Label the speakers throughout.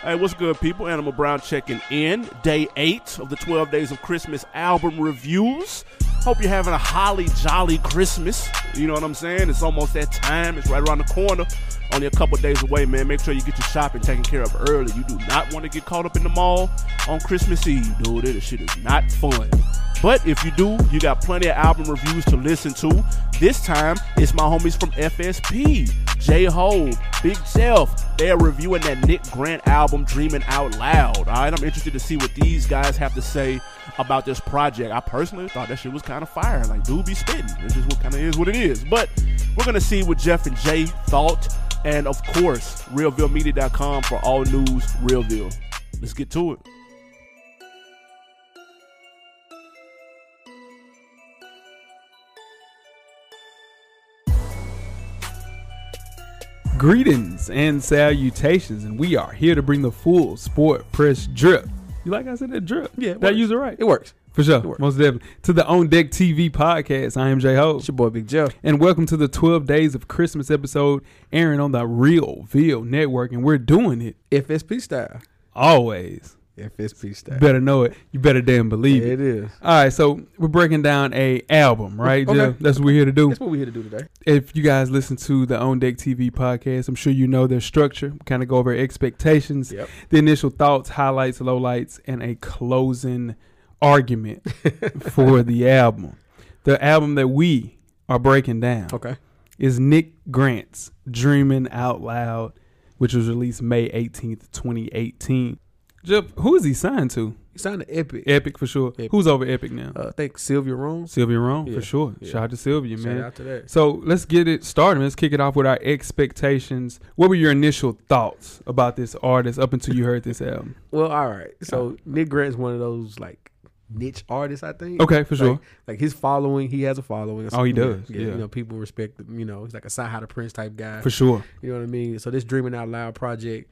Speaker 1: Hey, what's good, people? Animal Brown checking in. Day eight of the 12 Days of Christmas album reviews. Hope you're having a holly jolly Christmas. You know what I'm saying? It's almost that time. It's right around the corner. Only a couple days away, man. Make sure you get your shopping taken care of early. You do not want to get caught up in the mall on Christmas Eve, dude. This shit is not fun. But if you do, you got plenty of album reviews to listen to. This time, it's my homies from FSP, J Ho, Big Self. They're reviewing that Nick Grant album, Dreaming Out Loud. All right, I'm interested to see what these guys have to say about this project. I personally thought that shit was kind of fire. Like, dude be spitting. It just what kind of is what it is. But we're going to see what Jeff and Jay thought. And of course, RealVilleMedia.com for all news, Realville. Let's get to it.
Speaker 2: Greetings and salutations, and we are here to bring the full sport press drip. You like I said that drip?
Speaker 1: Yeah, it
Speaker 2: that
Speaker 1: works.
Speaker 2: use it right
Speaker 3: It works.
Speaker 2: for sure,
Speaker 3: works.
Speaker 2: most definitely. To the On Deck TV podcast, I am J Ho,
Speaker 3: It's your boy Big Joe.
Speaker 2: and welcome to the 12 Days of Christmas episode, airing on the Real Veal Network, and we're doing it
Speaker 3: FSP style.
Speaker 2: always.
Speaker 3: FSP style.
Speaker 2: Better know it. You better damn believe it.
Speaker 3: It is.
Speaker 2: All right, so we're breaking down a album, right?
Speaker 3: Okay.
Speaker 2: Jeff? That's what we're here to do.
Speaker 3: That's what we're here to do today.
Speaker 2: if you guys listen to the On Deck TV podcast, I'm sure you know their structure. We kind of go over expectations,
Speaker 3: Yep.
Speaker 2: the initial thoughts, highlights, lowlights, and a closing argument for the album. The album that we are breaking down
Speaker 3: Okay.
Speaker 2: is Nick Grant's Dreaming Out Loud, which was released May 18th, 2018. Jeff, who is he signed to?
Speaker 3: You sounded epic.
Speaker 2: Epic for sure.
Speaker 3: Epic.
Speaker 2: Who's over Epic now?
Speaker 3: Uh, I think Sylvia Rome.
Speaker 2: Sylvia Rome,
Speaker 3: yeah,
Speaker 2: for sure.
Speaker 3: yeah.
Speaker 2: Shout out to Sylvia, man.
Speaker 3: Shout out to that.
Speaker 2: So let's get it started. Let's kick it off with our expectations. What were your initial thoughts about this artist up until you heard this album?
Speaker 3: Well, all right. So Nick Grant's one of those like niche artists, I think.
Speaker 2: Okay, for sure.
Speaker 3: Like, like his following, he has a following.
Speaker 2: Oh, he
Speaker 3: Yeah,
Speaker 2: does, yeah.
Speaker 3: You know, people respect him. You know, he's like a Side High to Prince type guy.
Speaker 2: For sure.
Speaker 3: You know what I mean? So this Dreaming Out Loud project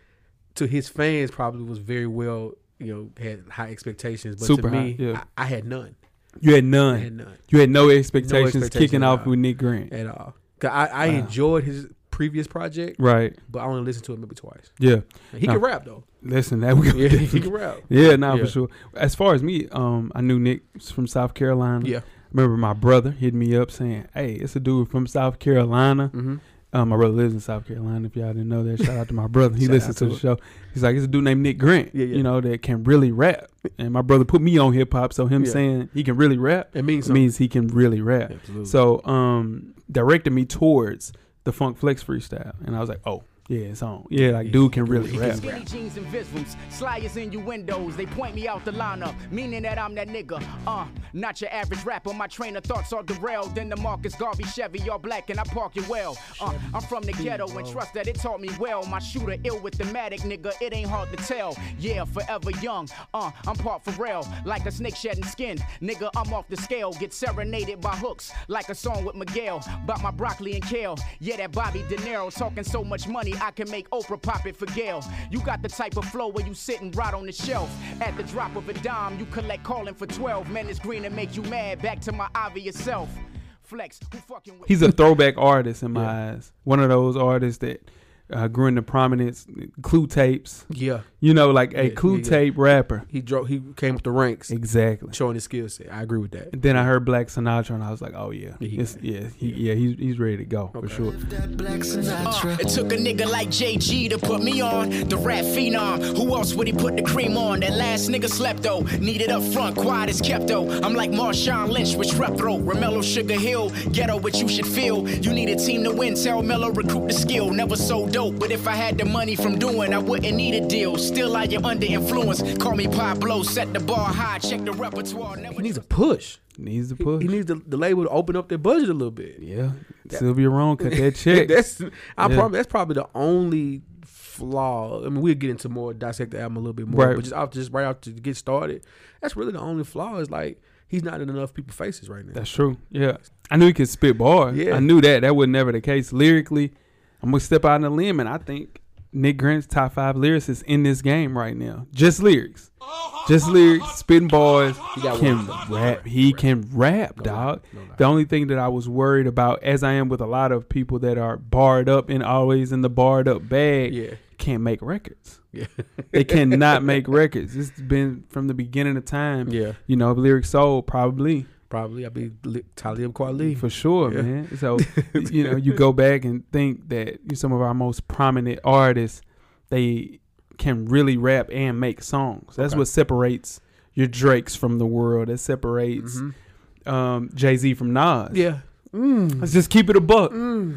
Speaker 3: to his fans probably was very well, you know, had high expectations. But
Speaker 2: Super
Speaker 3: to me,
Speaker 2: high, yeah.
Speaker 3: I, I had none.
Speaker 2: You had
Speaker 3: I had
Speaker 2: none.
Speaker 3: none
Speaker 2: You had no expectations,
Speaker 3: expectations
Speaker 2: kicking
Speaker 3: at
Speaker 2: off
Speaker 3: all.
Speaker 2: with Nick Grant.
Speaker 3: at all. 'Cause I, I
Speaker 2: Wow.
Speaker 3: enjoyed his previous project,
Speaker 2: Right.
Speaker 3: but I only listened to it maybe twice.
Speaker 2: Yeah.
Speaker 3: He
Speaker 2: No.
Speaker 3: can rap though.
Speaker 2: Listen, that we
Speaker 3: Yeah, he
Speaker 2: yeah,
Speaker 3: can rap.
Speaker 2: yeah, nah, for
Speaker 3: Yeah.
Speaker 2: sure. As far as me, um, I knew Nick was from South Carolina.
Speaker 3: Yeah.
Speaker 2: Remember my brother hit me up saying, Hey, it's a dude from South Carolina.
Speaker 3: Mm-hmm.
Speaker 2: Um, my brother lives in South Carolina. If y'all didn't know that, shout out to my brother. He
Speaker 3: Shout
Speaker 2: listens
Speaker 3: out
Speaker 2: to
Speaker 3: to
Speaker 2: the
Speaker 3: him.
Speaker 2: show. He's like, it's a dude named Nick Grant,
Speaker 3: Yeah, yeah.
Speaker 2: you know, that can really rap. And my brother put me on hip hop, so him
Speaker 3: Yeah.
Speaker 2: saying he can really rap
Speaker 3: It means something.
Speaker 2: means he can really rap.
Speaker 3: Absolutely.
Speaker 2: So, um, directed me towards the Funk Flex freestyle, and I was like, oh yeah, it's on. Yeah, like dude can really
Speaker 3: He
Speaker 2: rap.
Speaker 3: can
Speaker 4: Skinny jeans and visms, sly as innuendos. They point me out the lineup, meaning that I'm that nigga. Uh, not your average rapper. My train of thoughts are derailed. Then the Marcus Garvey Chevy, all black, and I park it well. Uh, I'm from the ghetto and trust that it taught me well. My shooter ill with the matic, nigga. It ain't hard to tell. Yeah, forever young. Uh, I'm part Pharrell, like a snake shedding skin. Nigga, I'm off the scale. Get serenaded by hooks, like a song with Miguel about my broccoli and kale. Yeah, that Bobby De Niro talking so much money I can make Oprah pop it for Gail. You got the type of flow where you sitting right on the shelf. At the drop of a dime, you collect calling for 12. Man, it's green and make you mad. Back to my obvious self. Flex, who fucking with
Speaker 2: He's a throwback artist in my eyes. One of those artists that uh, grew into prominence. Clue tapes,
Speaker 3: yeah,
Speaker 2: you know, like a
Speaker 3: Yeah,
Speaker 2: clue
Speaker 3: yeah, yeah.
Speaker 2: tape rapper.
Speaker 3: he drove. He came up the ranks,
Speaker 2: Exactly.
Speaker 3: showing his skill set. I agree with that.
Speaker 2: And then I heard Black Sinatra, and I was like, "Oh yeah,
Speaker 3: Yeah, he
Speaker 2: it's,
Speaker 3: got
Speaker 2: yeah, he, yeah, he's he's ready to go for sure."
Speaker 4: Uh, it took a nigga like JG to put me on the rap phenom. Who else would he put the cream on? That last nigga slept though, needed up front, quiet as kept though. I'm like Marshawn Lynch with Repro, Romello Sugar Hill, ghetto what you should feel. You need a team to win, tell Mello recruit the skill. Never so dope, but if I had the money from doing, I wouldn't need a deal. Still I am under influence. Call me Pablo, set the bar high, check the repertoire. Never
Speaker 3: He needs a push.
Speaker 2: Needs to
Speaker 3: He,
Speaker 2: push.
Speaker 3: he needs the, the label to open up their budget a little bit.
Speaker 2: yeah, Sylvia Rome cut that check.
Speaker 3: that's I
Speaker 2: Yeah.
Speaker 3: probably that's probably the only flaw. I mean, we'll get into more dissect the album a little bit more,
Speaker 2: Right.
Speaker 3: but just off just right off to get started, that's really the only flaw is like he's not in enough people's faces right now.
Speaker 2: That's true. Yeah, I knew he could spit bars.
Speaker 3: Yeah.
Speaker 2: I knew that. That was never the case lyrically. I'm gonna step out on a limb, and I think Nick Grant's top five lyricist in this game right now. Just lyrics, just lyrics, spitting bars. He
Speaker 3: got
Speaker 2: can
Speaker 3: one.
Speaker 2: rap. He can rap, dog. The only thing that I was worried about, as I am with a lot of people that are barred up and always in the barred up bag,
Speaker 3: Yeah.
Speaker 2: can't make records.
Speaker 3: Yeah.
Speaker 2: They cannot make records. It's been from the beginning of time.
Speaker 3: Yeah,
Speaker 2: You know, lyric soul probably
Speaker 3: probably. I'd be li- Talib Kweli.
Speaker 2: for sure,
Speaker 3: Yeah.
Speaker 2: man. So you know, you go back and think that some of our most prominent artists they can really rap and make songs. That's
Speaker 3: Okay.
Speaker 2: what separates your Drakes from the world. That separates
Speaker 3: Mhm.
Speaker 2: um, Jay Z from Nas.
Speaker 3: Yeah.
Speaker 2: Let's just keep it a buck.
Speaker 3: Mm.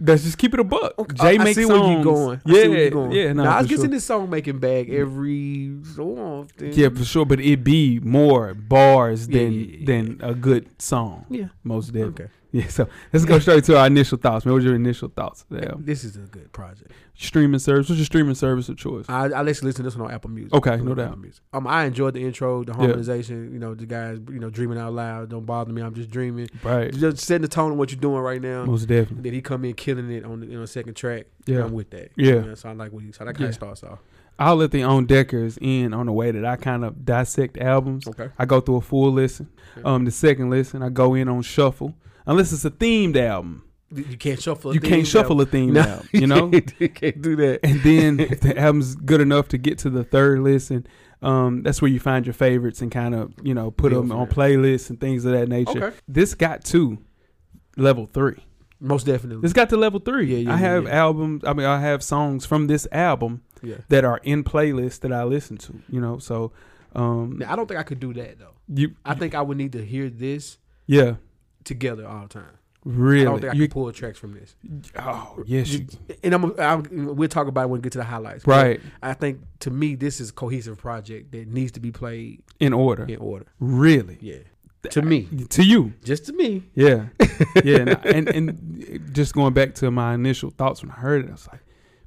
Speaker 2: Let's just keep it a buck.
Speaker 3: I-
Speaker 2: Jay
Speaker 3: I
Speaker 2: makes
Speaker 3: see
Speaker 2: songs.
Speaker 3: where you going.
Speaker 2: Yeah,
Speaker 3: I see where you going.
Speaker 2: yeah. No,
Speaker 3: Nas
Speaker 2: for
Speaker 3: gets
Speaker 2: sure.
Speaker 3: in this song making bag every so often.
Speaker 2: Yeah, for sure. But it be more bars
Speaker 3: Yeah,
Speaker 2: than
Speaker 3: yeah, yeah,
Speaker 2: than a good song.
Speaker 3: Yeah.
Speaker 2: most definitely.
Speaker 3: Okay.
Speaker 2: Yeah. So let's go straight to our initial thoughts. Man, what was your initial thoughts? of the album?
Speaker 3: This is a good project.
Speaker 2: Streaming service. What's your streaming service of choice?
Speaker 3: I, I let you listen to this one on Apple Music.
Speaker 2: Okay,
Speaker 3: Put it
Speaker 2: no
Speaker 3: on
Speaker 2: doubt.
Speaker 3: Apple Music. Um, I enjoyed the intro, the
Speaker 2: Yeah.
Speaker 3: harmonization. You know, the guys, you know, dreaming out loud. Don't bother me. I'm just dreaming.
Speaker 2: Right.
Speaker 3: Just uh, setting the tone of what you're doing right now.
Speaker 2: Most definitely.
Speaker 3: Did he come in killing it on the you know, second track?
Speaker 2: Yeah.
Speaker 3: I'm with that.
Speaker 2: Yeah.
Speaker 3: You know, so I like what he. So that kind
Speaker 2: Yeah.
Speaker 3: of starts off.
Speaker 2: I'll let the on deckers in on the way that I kind of dissect albums.
Speaker 3: Okay.
Speaker 2: I go through a full listen.
Speaker 3: Okay.
Speaker 2: Um, the second listen, I go in on shuffle. Unless it's a themed album,
Speaker 3: You can't shuffle. A
Speaker 2: you can't shuffle a themed
Speaker 3: No.
Speaker 2: album. You know,
Speaker 3: you can't do that.
Speaker 2: and then if the album's good enough to get to the third listen, um, that's where you find your favorites and kind of you know put
Speaker 3: Build
Speaker 2: them
Speaker 3: from
Speaker 2: on
Speaker 3: there.
Speaker 2: playlists and things of that nature.
Speaker 3: Okay.
Speaker 2: This got to level three.
Speaker 3: Most definitely.
Speaker 2: This got to level three.
Speaker 3: Yeah, yeah,
Speaker 2: I
Speaker 3: yeah,
Speaker 2: have
Speaker 3: yeah.
Speaker 2: albums. I mean, I have songs from this album
Speaker 3: Yeah.
Speaker 2: that are in playlists that I listen to. You know, so um,
Speaker 3: Now, I don't think I could do that though.
Speaker 2: you
Speaker 3: I think I would need to hear this
Speaker 2: yeah,
Speaker 3: together all the time. I don't
Speaker 2: really.
Speaker 3: think I
Speaker 2: You,
Speaker 3: can pull tracks from this.
Speaker 2: oh yes, you,
Speaker 3: And I'm, I'm we'll talk about it when we get to the highlights. but
Speaker 2: right
Speaker 3: I think to me this is a cohesive project that needs to be played
Speaker 2: in order.
Speaker 3: in order.
Speaker 2: Really,
Speaker 3: Yeah. To me,
Speaker 2: to you.
Speaker 3: just to me.
Speaker 2: Yeah, yeah, and, and and just going back to my initial thoughts when I heard it, I was like,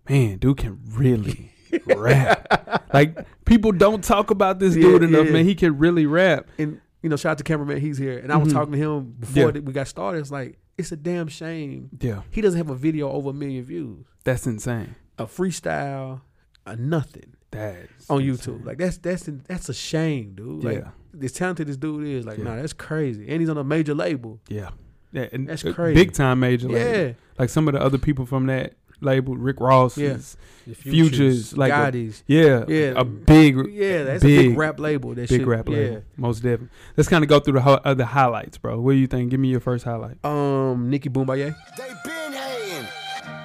Speaker 2: "Man, dude can really rap." Like people don't talk about this
Speaker 3: Yeah,
Speaker 2: dude enough,
Speaker 3: yeah.
Speaker 2: man. He can really rap.
Speaker 3: And you know, shout out to cameraman, he's here. And I was
Speaker 2: Mhm.
Speaker 3: talking to him before
Speaker 2: Yeah.
Speaker 3: that we got started. It's like it's a damn shame
Speaker 2: Yeah,
Speaker 3: he doesn't have a video over a million views,
Speaker 2: that's insane.
Speaker 3: a freestyle, a nothing
Speaker 2: That's
Speaker 3: on
Speaker 2: insane.
Speaker 3: YouTube. Like that's that's that's a shame, dude. Like
Speaker 2: yeah,
Speaker 3: as talented as dude is, like
Speaker 2: Yeah.
Speaker 3: nah, that's crazy. And he's on a major label.
Speaker 2: yeah, yeah. and
Speaker 3: That's
Speaker 2: a
Speaker 3: crazy.
Speaker 2: Big time major.
Speaker 3: Yeah.
Speaker 2: label. like some of the other people from that label, Rick Ross.
Speaker 3: Yeah.
Speaker 2: is-
Speaker 3: The
Speaker 2: Futures, like a-
Speaker 3: Gotties.
Speaker 2: yeah,
Speaker 3: Yeah.
Speaker 2: A big,
Speaker 3: yeah, that's a
Speaker 2: big-
Speaker 3: big rap label. That
Speaker 2: big
Speaker 3: shit,
Speaker 2: rap
Speaker 3: yeah.
Speaker 2: label. Most definitely. Let's kind of go through the ho- other highlights, bro. What do you think? Give me your first highlight.
Speaker 3: Um, Nicki Boombaye.
Speaker 5: They been hating.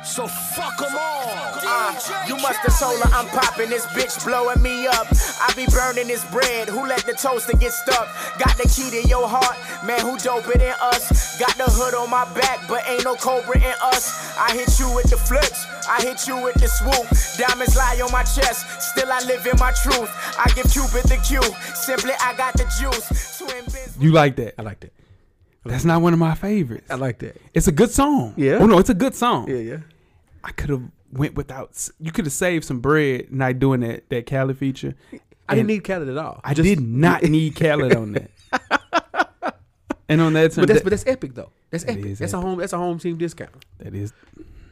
Speaker 5: So fuck 'em all. Uh, you must have told her I'm popping this bitch, blowing me up. I be burning this bread. Who let the toaster get stuck? Got the key to your heart, man. Who doper than us? Got the hood on my back, but ain't no cobra in us. I hit you with the flips, I hit you with the swoop. Diamonds lie on my chest, still I live in my truth. I give Cupid the cue, simply I got the juice. Twin bins.
Speaker 2: You like that?
Speaker 3: I like that.
Speaker 2: That's not one of my favorites.
Speaker 3: I like that.
Speaker 2: It's a good song.
Speaker 3: Yeah.
Speaker 2: Oh no, it's a good song.
Speaker 3: yeah.
Speaker 2: I could have went without. s- You could have saved some bread not doing that that Cali feature.
Speaker 3: I didn't
Speaker 2: And
Speaker 3: need Khaled at all.
Speaker 2: I did not need Khaled on that. and on that,
Speaker 3: But that's but that's epic though. That's
Speaker 2: That
Speaker 3: epic.
Speaker 2: is
Speaker 3: That's a
Speaker 2: epic.
Speaker 3: home. That's a home team discount.
Speaker 2: that is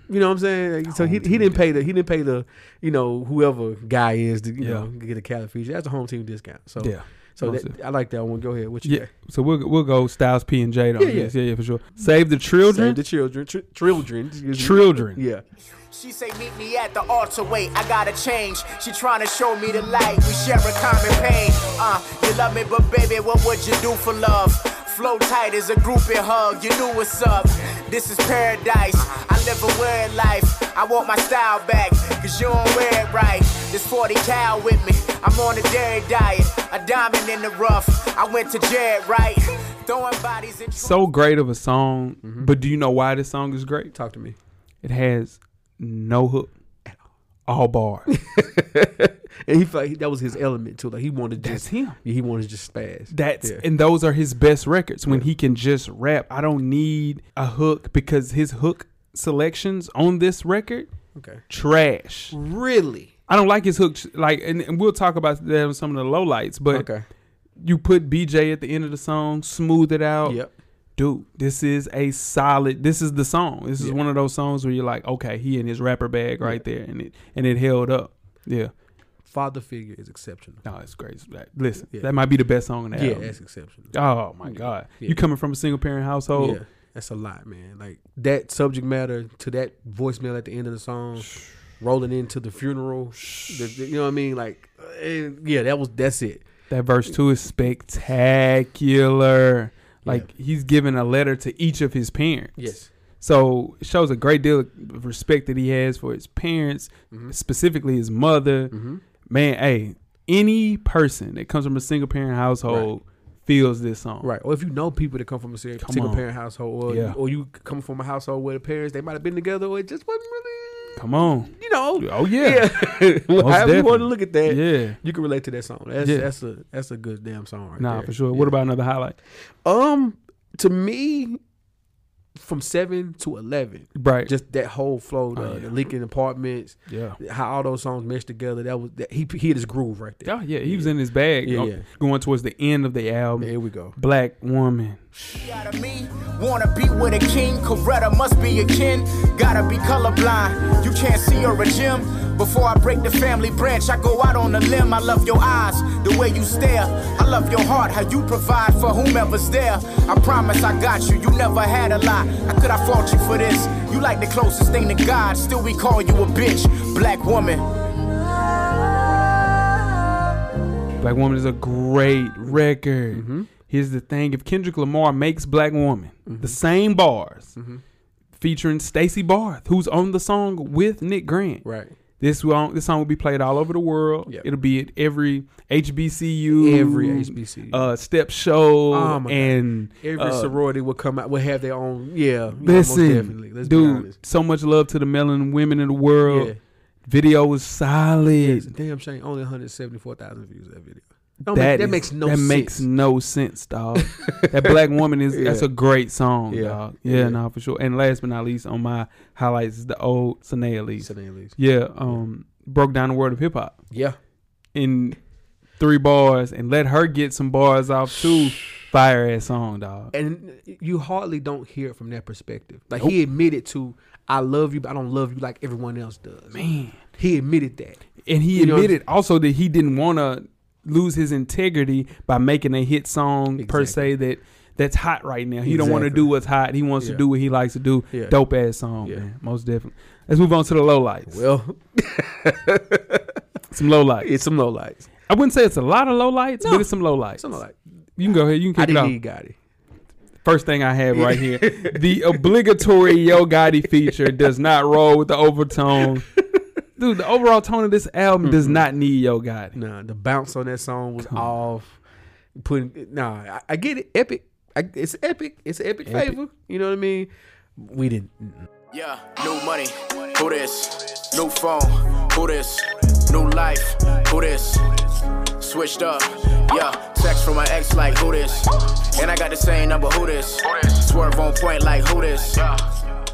Speaker 3: You know what I'm saying? Like, so he,
Speaker 2: Home
Speaker 3: he
Speaker 2: team
Speaker 3: didn't pay the he didn't pay the you know whoever guy is to you
Speaker 2: Yeah.
Speaker 3: know get a Khaled feature. That's a home team discount. So
Speaker 2: yeah.
Speaker 3: So
Speaker 2: Most
Speaker 3: that, I like that one. Go ahead. What you
Speaker 2: Yeah.
Speaker 3: got?
Speaker 2: So we'll we'll go Styles P and Jada. on
Speaker 3: Yeah, yeah.
Speaker 2: this. yeah, yeah, for sure. Save the children.
Speaker 3: Save the children. Tr- children. excuse me.
Speaker 2: children.
Speaker 3: Yeah.
Speaker 5: She say meet me at the altar, wait, I gotta change. She tryna show me the light, we share a common pain. Uh, you love me, but baby, what would you do for love? Flow tight is a groupie hug, you knew what's up. This is paradise, I live a weird life. I want my style back, cause you don't wear it right. This 40 cal with me, I'm on a dairy diet. A diamond in the rough, I went to Jared right. Throwing bodies in
Speaker 2: So great of a song,
Speaker 3: Mm-hmm.
Speaker 2: but do you know why this song is great?
Speaker 3: Talk to me.
Speaker 2: It has no hook, all bars.
Speaker 3: And he felt like that was his element too. Like he wanted to
Speaker 2: That's
Speaker 3: just
Speaker 2: him.
Speaker 3: he wanted to just spaz.
Speaker 2: That's
Speaker 3: Yeah.
Speaker 2: and those are his best records when he can just rap. I don't need a hook because his hook selections on this record
Speaker 3: okay.
Speaker 2: trash.
Speaker 3: Really.
Speaker 2: I don't like his hook like and, and we'll talk about that on some of the lowlights, but
Speaker 3: Okay.
Speaker 2: you put BJ at the end of the song, smooth it out.
Speaker 3: Yep.
Speaker 2: Dude, this is a solid this is the song. This is
Speaker 3: Yeah.
Speaker 2: one of those songs where you're like, okay, he in his rapper bag right there and it and it held up. Yeah.
Speaker 3: Father figure is exceptional.
Speaker 2: No, it's great. It's great. Listen,
Speaker 3: Yeah.
Speaker 2: that might be the best song in the
Speaker 3: Yeah,
Speaker 2: album.
Speaker 3: that's exceptional.
Speaker 2: Oh my God.
Speaker 3: Yeah.
Speaker 2: You coming from a single parent household?
Speaker 3: yeah, that's a lot, man. Like that subject matter to that voicemail at the end of the song rolling into the funeral. The- the- you know what I mean? Like, eh, yeah, that was that's it.
Speaker 2: That verse two is spectacular. Like he's giving a letter to each of his parents.
Speaker 3: Yes.
Speaker 2: So it shows a great deal of respect that he has for his parents,
Speaker 3: Mm-hmm.
Speaker 2: specifically his mother. Man, hey, any person that comes from a single parent household feels this song.
Speaker 3: Right. Or if you know people that come from a single,
Speaker 2: Come
Speaker 3: single
Speaker 2: on.
Speaker 3: parent household, or,
Speaker 2: Yeah.
Speaker 3: you, or you come from a household where the parents they might have been together, or it just wasn't really,
Speaker 2: Come on.
Speaker 3: you know.
Speaker 2: Oh yeah.
Speaker 3: Yeah. well, however you want
Speaker 2: definitely.
Speaker 3: to look at that,
Speaker 2: Yeah.
Speaker 3: you can relate to that song. That's
Speaker 2: Yeah.
Speaker 3: that's a that's a good damn song. Right
Speaker 2: Nah,
Speaker 3: there.
Speaker 2: for sure. What about another highlight?
Speaker 3: Um, to me, from seven to eleven,
Speaker 2: Right.
Speaker 3: just that whole flow, the,
Speaker 2: Oh, yeah.
Speaker 3: the Lincoln Apartments,
Speaker 2: yeah.
Speaker 3: how all those songs meshed together. That was that, he he had his groove right there.
Speaker 2: Yeah, yeah. He was in his bag
Speaker 3: Yeah,
Speaker 2: go-
Speaker 3: yeah.
Speaker 2: going towards the end of the album.
Speaker 3: Here we go.
Speaker 2: Black woman.
Speaker 5: Out of me, wanna be with a king. Coretta must be a kin. Gotta be colorblind. You can't see her a gym. Before I break the family branch, I go out on a limb. I love your eyes, the way you stare. I love your heart, how you provide for whomever's there. I promise I got you. You never had a lie. How could I fault you for this? You like the closest thing to God. Still, we call you a bitch, black woman.
Speaker 2: Black Woman is a great record.
Speaker 3: Mm-hmm.
Speaker 2: Here's the thing: if Kendrick Lamar makes Black Woman the same bars,
Speaker 3: Mm-hmm.
Speaker 2: featuring Stacey Barth, who's on the song with Nick Grant,
Speaker 3: Right.
Speaker 2: This song, this song will be played all over the world.
Speaker 3: Yep.
Speaker 2: It'll be at every HBCU,
Speaker 3: Every HBCU.
Speaker 2: uh, step show,
Speaker 3: Oh my God.
Speaker 2: and
Speaker 3: Every
Speaker 2: uh,
Speaker 3: sorority will come out. Will have their own. Yeah. yeah, most definitely.
Speaker 2: Listen,
Speaker 3: Let's be
Speaker 2: dude,
Speaker 3: honest.
Speaker 2: so much love to the melon women in the world.
Speaker 3: Yeah.
Speaker 2: Video was
Speaker 3: It's
Speaker 2: solid.
Speaker 3: a damn shame. Only 174,000 views of that video. Don't
Speaker 2: That
Speaker 3: make- that
Speaker 2: is-
Speaker 3: makes no
Speaker 2: that
Speaker 3: sense.
Speaker 2: makes no sense, dog. that black woman is that's
Speaker 3: Yeah.
Speaker 2: a great song,
Speaker 3: Yeah.
Speaker 2: dog. Yeah,
Speaker 3: Yeah.
Speaker 2: nah, for sure. And last but not least, on my highlights is the old Sine Lee.
Speaker 3: Said at least.
Speaker 2: Yeah, um, broke down the world of hip hop
Speaker 3: Yeah.
Speaker 2: in three bars and let her get some bars off too. Fire ass song, dog.
Speaker 3: And you hardly don't hear it from that perspective. Like he admitted to, I love you, but I don't love you like everyone else does.
Speaker 2: Man.
Speaker 3: He admitted that.
Speaker 2: And he
Speaker 3: You know-
Speaker 2: admitted also that he didn't want to lose his integrity by making a hit song per se that that's hot right now. He don't want to
Speaker 3: Exactly.
Speaker 2: do what's hot. He wants
Speaker 3: Yeah.
Speaker 2: to do what he likes to do.
Speaker 3: Yeah.
Speaker 2: Dope ass song,
Speaker 3: Yeah.
Speaker 2: man. Most definitely. Let's move on to the low lights.
Speaker 3: Well,
Speaker 2: some low lights.
Speaker 3: it's some low lights.
Speaker 2: I wouldn't say it's a lot of low lights, but it's some low lights.
Speaker 3: Some low lights.
Speaker 2: You can go ahead. You
Speaker 3: I
Speaker 2: can kick it
Speaker 3: didn't
Speaker 2: off.
Speaker 3: need Gotti.
Speaker 2: First thing I have right here, the obligatory Yo Gotti feature does not roll with the overtone. Dude, the overall tone of this album does not need Yo Gotti.
Speaker 3: Nah, the bounce on that song was off. Putting nah, I, I get it. Epic. I, it's epic. It's an epic, favor. You know what I mean? We didn't.
Speaker 5: Yeah, new money, who this? New phone, who this? New life, who this? Switched up, yeah. Text from my ex like who this? And I got the same number, who this? Swerve on point like who this?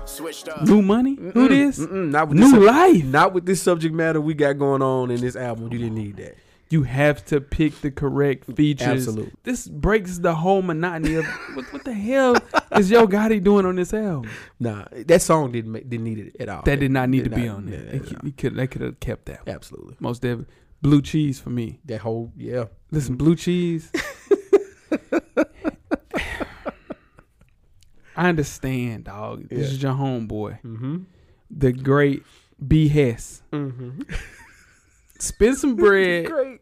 Speaker 5: Switched up.
Speaker 2: New money? Who this?
Speaker 3: Mm, not with
Speaker 2: New
Speaker 3: this, sub-
Speaker 2: life.
Speaker 3: Not with this subject matter we got going on in this album. You didn't need that.
Speaker 2: You have to pick the correct features.
Speaker 3: Absolute.
Speaker 2: This breaks the whole monotony of what, what the hell is Yo Gotti doing on this album?
Speaker 3: Nah, that song didn't make, didn't need it at all.
Speaker 2: That did not need
Speaker 3: Did
Speaker 2: to be
Speaker 3: not-
Speaker 2: on there.
Speaker 3: yeah,
Speaker 2: They
Speaker 3: yeah,
Speaker 2: could- you could, they could have kept that. one.
Speaker 3: Absolutely.
Speaker 2: Most definitely. Blue cheese for me.
Speaker 3: That whole yeah.
Speaker 2: Listen, blue cheese. I understand, dog. This is your homeboy, mm-hmm. the great B Hess. Spend some bread.
Speaker 3: Mm-hmm. Great.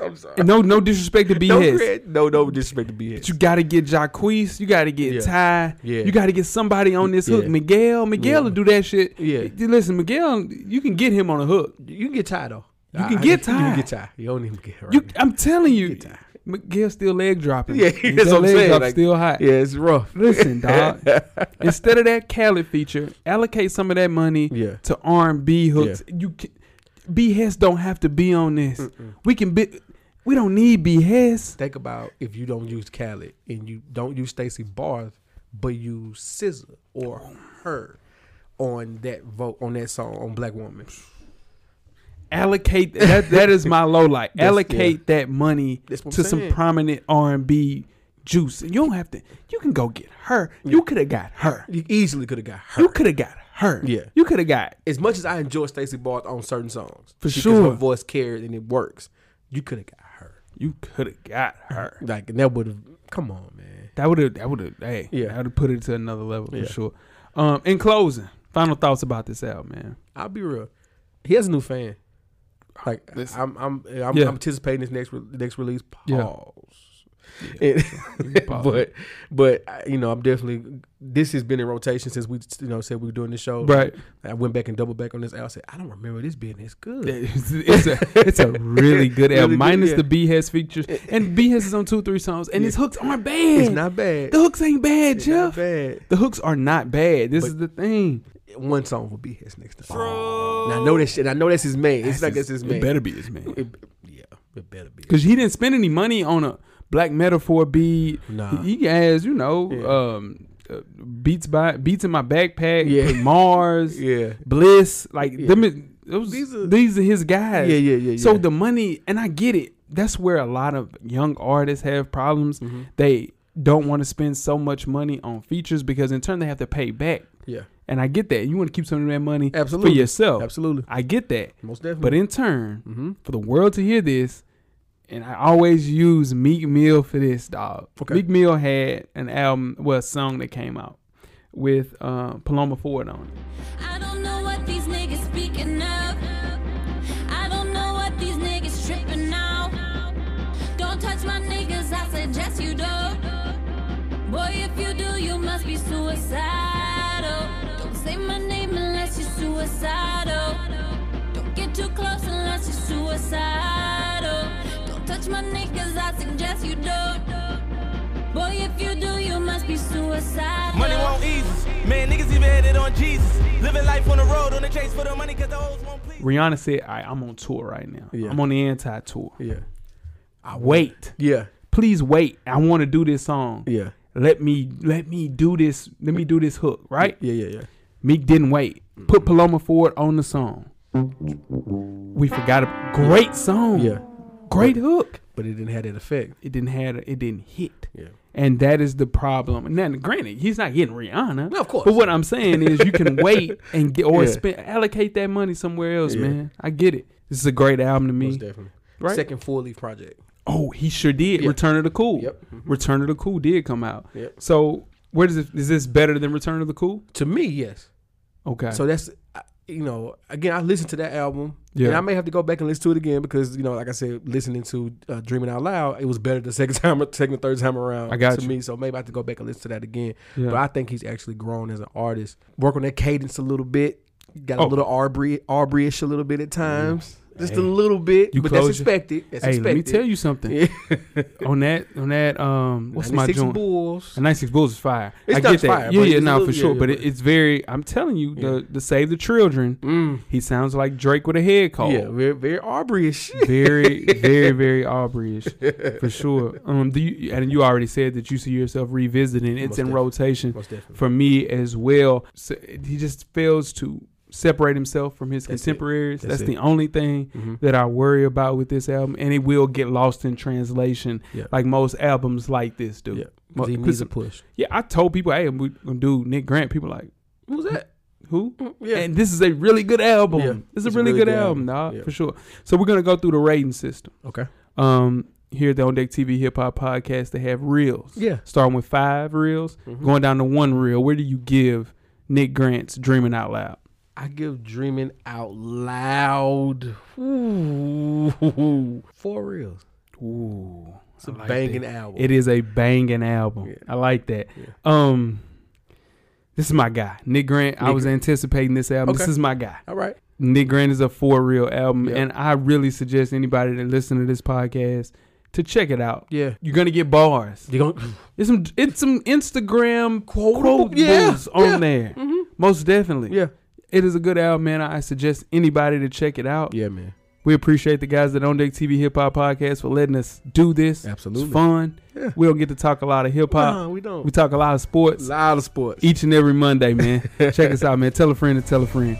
Speaker 3: I'm sorry.
Speaker 2: no, no disrespect to B
Speaker 3: No,
Speaker 2: Hess.
Speaker 3: cred- no, no disrespect to BS.
Speaker 2: But you got to get Jacquees. You got to get
Speaker 3: Yeah.
Speaker 2: Ty.
Speaker 3: Yeah.
Speaker 2: You got to get somebody on this hook.
Speaker 3: Yeah.
Speaker 2: Miguel, Miguel
Speaker 3: Yeah.
Speaker 2: will do that shit.
Speaker 3: Yeah.
Speaker 2: Listen, Miguel, you can get him on a hook.
Speaker 3: You can get tired though.
Speaker 2: You can get
Speaker 3: You
Speaker 2: tired.
Speaker 3: can get tired. You don't even get right.
Speaker 2: You, I'm telling you,
Speaker 3: Get tired.
Speaker 2: Miguel still leg dropping.
Speaker 3: yeah,
Speaker 2: His
Speaker 3: that's what I'm
Speaker 2: leg
Speaker 3: saying.
Speaker 2: drop
Speaker 3: Like,
Speaker 2: still hot.
Speaker 3: Yeah, it's rough.
Speaker 2: Listen, dog. Instead of that Khaled feature, allocate some of that money
Speaker 3: Yeah.
Speaker 2: to R and B hooks. You can, B Hess don't have to be on this. We can be. We don't need B Hess.
Speaker 3: Think about if you don't use Khaled and you don't use Stacey Barth, but use Scissor or her on that vote on that song on Black Woman.
Speaker 2: Allocate that. That is my low light.
Speaker 3: That's-
Speaker 2: Allocate that money to
Speaker 3: That's what I'm
Speaker 2: some
Speaker 3: saying.
Speaker 2: prominent R and B juice. And you don't have to. You can go get her. You could have got her.
Speaker 3: You easily could have got her.
Speaker 2: You could have got her.
Speaker 3: Yeah.
Speaker 2: You could have got
Speaker 3: as much as I enjoy Stacey Barth on certain songs,
Speaker 2: For
Speaker 3: because
Speaker 2: sure.
Speaker 3: her voice carries and it works. You could have got her,
Speaker 2: You could have got her.
Speaker 3: like, and that would have. Come on, man.
Speaker 2: That would have that would have hey
Speaker 3: Yeah.
Speaker 2: yeah. that would have put it to another level
Speaker 3: Yeah.
Speaker 2: for sure. Um, in closing, final thoughts about this album, man.
Speaker 3: I'll be real. He has a new fan. Like
Speaker 2: This-
Speaker 3: I'm, I'm, I'm,
Speaker 2: Yeah.
Speaker 3: I'm anticipating this next re- next release. Pause.
Speaker 2: Yeah.
Speaker 3: It-
Speaker 2: Pause.
Speaker 3: but, but I- you know, I'm definitely. This has been in rotation since we, you know, said we were doing the show.
Speaker 2: Right.
Speaker 3: I went back and double back on this album. I said, I don't remember this being this good.
Speaker 2: It's, it's a it's a really good
Speaker 3: Really
Speaker 2: album.
Speaker 3: good,
Speaker 2: Minus
Speaker 3: yeah.
Speaker 2: the B has features, and B has is on two three songs, and his hooks aren't bad.
Speaker 3: It's not bad.
Speaker 2: The hooks ain't bad,
Speaker 3: It's not
Speaker 2: Jeff.
Speaker 3: bad.
Speaker 2: The hooks are not bad. This is the thing.
Speaker 3: One song will be his next time. And I know that shit. and I know that's his man. It's like it's his man.
Speaker 2: It better be his man.
Speaker 3: It, yeah, it better be.
Speaker 2: Cause he didn't spend any money on a black metaphor beat.
Speaker 3: Nah.
Speaker 2: He has, you know,
Speaker 3: Yeah.
Speaker 2: um, uh, beats by beats in my backpack.
Speaker 3: Yeah.
Speaker 2: Mars.
Speaker 3: Yeah.
Speaker 2: Bliss. Like
Speaker 3: Yeah.
Speaker 2: them. is- Those,
Speaker 3: These
Speaker 2: these
Speaker 3: are-
Speaker 2: are his guys.
Speaker 3: Yeah, yeah, yeah,
Speaker 2: So
Speaker 3: yeah.
Speaker 2: the money, and I get it. That's where a lot of young artists have problems.
Speaker 3: Mm-hmm.
Speaker 2: They don't want to spend so much money on features because in turn they have to pay back.
Speaker 3: Yeah.
Speaker 2: And I get that. You want to keep some of that money
Speaker 3: Absolutely.
Speaker 2: for yourself.
Speaker 3: Absolutely.
Speaker 2: I get that.
Speaker 3: Most definitely. Mm-hmm.
Speaker 2: But in turn, for the world to hear this, and I always use Meek Mill for this, dog.
Speaker 3: Okay.
Speaker 2: Meek Mill had an album, well, a song that came out with uh, Paloma Ford on it.
Speaker 6: I don't know what these niggas speaking of. I don't know what these niggas tripping now. Don't touch my niggas, I suggest you don't. Boy, if you do, you must be suicidal. Don't say my name unless you're suicidal. Don't get too close unless you're suicidal. Don't touch my niggas, I suggest you don't. Boy, if you do, you must be suicidal.
Speaker 7: Money won't ease us. Man, niggas even had it on Jesus. Living life on the road, on the chase for the money, cause the hoes won't please.
Speaker 2: Rihanna said, All right, I'm on tour right now.
Speaker 3: Yeah.
Speaker 2: I'm on the anti tour.
Speaker 3: yeah.
Speaker 2: I wait.
Speaker 3: Yeah.
Speaker 2: Please wait. I want to do this song.
Speaker 3: Yeah.
Speaker 2: Let me let me do this. Let me do this hook, right?
Speaker 3: Yeah. Yeah. Yeah.
Speaker 2: Meek didn't wait. Put Paloma Ford on the song. We forgot a great song.
Speaker 3: Yeah.
Speaker 2: Great hook.
Speaker 3: But it didn't have that effect.
Speaker 2: It didn't have it didn't hit.
Speaker 3: Yeah.
Speaker 2: And that is the problem. And then granted, he's not getting Rihanna.
Speaker 3: No, of course.
Speaker 2: But what I'm saying is you can wait and get or
Speaker 3: Yeah.
Speaker 2: spend allocate that money somewhere else,
Speaker 3: Yeah.
Speaker 2: man. I get it. This is a great album to me.
Speaker 3: Most definitely.
Speaker 2: Right.
Speaker 3: Second four leaf project.
Speaker 2: Oh, he sure did.
Speaker 3: Yeah.
Speaker 2: Return of the Cool.
Speaker 3: Yep. Mm-hmm.
Speaker 2: Return of the Cool did come out.
Speaker 3: Yep.
Speaker 2: So where does it is this better than Return of the Cool?
Speaker 3: To me, yes.
Speaker 2: Okay.
Speaker 3: So that's I- you know again I listened to that album.
Speaker 2: Yeah.
Speaker 3: And I may have to go back and listen to it again because you know like I said listening to uh, Dreaming Out Loud it was better the second time second or third time around
Speaker 2: I got
Speaker 3: to
Speaker 2: you.
Speaker 3: me so maybe I have to go back and listen to that again.
Speaker 2: Yeah.
Speaker 3: But I think he's actually grown as an artist. Work on that cadence a little bit. Got a
Speaker 2: Oh.
Speaker 3: little Arbery Arbery-ish a little bit at times. Just a little bit,
Speaker 2: You
Speaker 3: but that's
Speaker 2: close your-
Speaker 3: expected. That's
Speaker 2: hey,
Speaker 3: expected.
Speaker 2: let me tell you something. on that on that um what's my
Speaker 3: 96
Speaker 2: joint?
Speaker 3: Bulls.
Speaker 2: The 96 Bulls is fire.
Speaker 3: It's
Speaker 2: I
Speaker 3: not
Speaker 2: get that.
Speaker 3: fire,
Speaker 2: yeah,
Speaker 3: but
Speaker 2: yeah,
Speaker 3: it's a
Speaker 2: no,
Speaker 3: little-
Speaker 2: for
Speaker 3: yeah,
Speaker 2: sure.
Speaker 3: yeah,
Speaker 2: but
Speaker 3: but-
Speaker 2: it, it's very. I'm telling you, the the Save the Children. He sounds like Drake with a head cold.
Speaker 3: Mm. Yeah, very very Arbery-ish.
Speaker 2: very, very, very Aubrey-ish for sure. Um, do you and you already said that you see yourself revisiting. It's
Speaker 3: Most
Speaker 2: in
Speaker 3: definitely.
Speaker 2: rotation
Speaker 3: Most definitely.
Speaker 2: for me as well. So he just fails to separate himself from his
Speaker 3: That's it.
Speaker 2: contemporaries.
Speaker 3: That's
Speaker 2: That's,
Speaker 3: it. Mm-hmm.
Speaker 2: the only thing that I worry about with this album, and it will get lost in translation,
Speaker 3: Yeah.
Speaker 2: like most albums like this do.
Speaker 3: Yeah,
Speaker 2: Mo-
Speaker 3: 'cause he needs a push.
Speaker 2: yeah, I told people, hey, we gonna do Nick Grant. People like,
Speaker 3: Who's that?
Speaker 2: who?
Speaker 3: yeah.
Speaker 2: And this is a really good album.
Speaker 3: Yeah,
Speaker 2: This is a really, good, album, dog,
Speaker 3: Yeah.
Speaker 2: for sure. So we're gonna go through the rating system.
Speaker 3: Okay.
Speaker 2: Um, here at the On Deck TV Hip Hop Podcast, they have reels.
Speaker 3: Yeah. Mm-hmm.
Speaker 2: Starting with five reels, going down to one reel. Where do you give Nick Grant's Dreaming Out Loud?
Speaker 3: I give dreaming out loud. Ooh. Four reels.
Speaker 2: Ooh.
Speaker 3: It's a banging album.
Speaker 2: It is a banging album. I like that. Um This is my guy. Nick Grant. I
Speaker 3: Nick
Speaker 2: was
Speaker 3: Grant.
Speaker 2: anticipating this album. This
Speaker 3: Okay.
Speaker 2: is my guy.
Speaker 3: All right.
Speaker 2: Nick Grant is a for real album,
Speaker 3: Yep.
Speaker 2: and I really suggest anybody that listen to this podcast to check it out.
Speaker 3: Yeah.
Speaker 2: You're gonna get bars.
Speaker 3: You going
Speaker 2: It's some it's some Instagram quote
Speaker 3: yeah,
Speaker 2: quotables on
Speaker 3: yeah. Mm-hmm.
Speaker 2: there. Most definitely.
Speaker 3: Yeah.
Speaker 2: It is a good album, man. I suggest anybody to check it out.
Speaker 3: Yeah, man.
Speaker 2: We appreciate the guys that on Deck TV Hip Hop Podcast for letting us do this.
Speaker 3: Absolutely.
Speaker 2: It's fun.
Speaker 3: Yeah.
Speaker 2: We don't get to talk a lot of hip hop.
Speaker 3: No, we don't.
Speaker 2: We talk a lot of sports
Speaker 3: Loud of sports.
Speaker 2: each and every Monday, man. check us out, man. Tell a friend to tell a friend.